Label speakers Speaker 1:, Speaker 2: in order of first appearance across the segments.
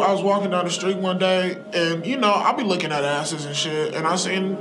Speaker 1: I was walking down the street one day, and you know, I be looking at asses and shit, and I seen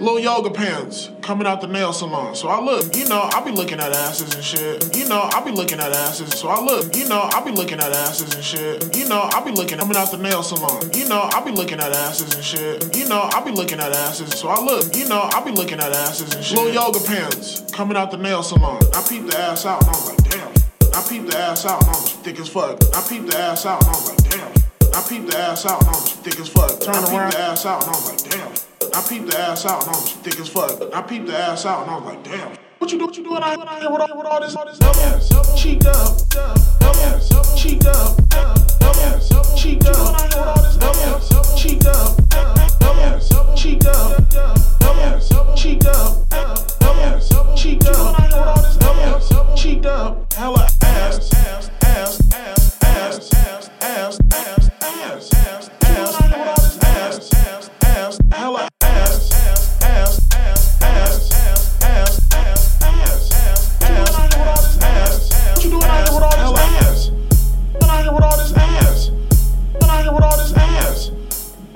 Speaker 1: little yoga pants coming out the nail salon. So I look, you know, I be looking at asses and shit. You know, I be looking at asses. So I look, you know, I be looking at asses and shit. You know, I be looking coming out the nail salon. You know, I be looking at asses and shit. You know, I be looking at asses. So I look, you know, I be looking at asses and shit. Little yoga pants coming out the nail salon. I peep the ass out, and I'm like, damn. I peep the ass out, and I'm thick as fuck. I peep the ass out, and I'm like, damn. I peep the ass out, and I'm thick as fuck. Turn I around, the ass out, and I'm like, damn. I peep the ass out, and I'm thick as fuck. I peep the ass out, and I'm like, damn. What you do? What you doing out here? What I hear with all, with all this, all this ass, cheek up, ass, cheek up, ass, cheek up, ass, cheek up, ass, cheek up, ass, cheek up, ass, cheek up, ass, cheek up, hella ass, ass, ass, ass, ass, ass, ass, ass, ass, ass, ass, ass, ass, ass, ass, hella ass, ass, ass, ass, ass, ass, ass, ass, ass, ass, ass, ass. What you doing out here with all this ass? What out here with all this ass?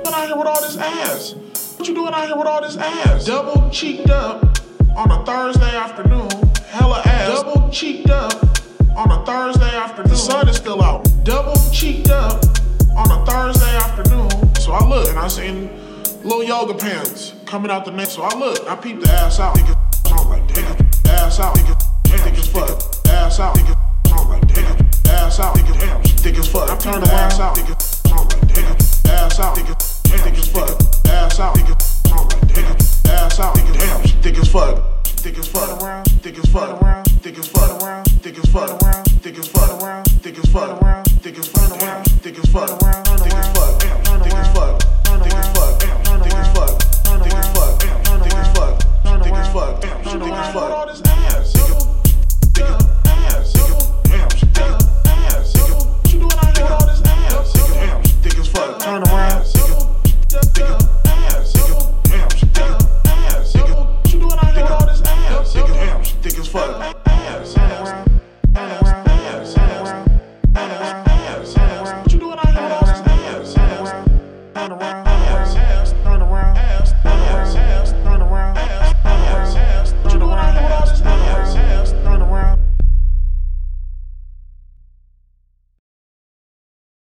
Speaker 1: What out here with all this ass? What out here with all this ass? What you doing out here with all this ass? Double cheeked up on a Thursday afternoon. Hella ass. Double cheeked up on a Thursday afternoon. The sun is still out. Double cheeked up on a Thursday afternoon. So I look and I seen little yoga pants coming out the neck. So I look, I peep the ass out. Nigga, I'm like, damn. Ass out. Nigga, damn. Thick as fuck. Ass out. Nigga, I'm like, damn. Ass out. Nigga, damn. Thick as fuck. I turn the ass out. Nigga, I'm like, damn. Ass out. Nigga, damn. Thick as fuck. Ass out. Nigga, I'm like, damn. Ass out. Nigga, damn. Thick as fuck. Thick as fuck. Thick as fuck.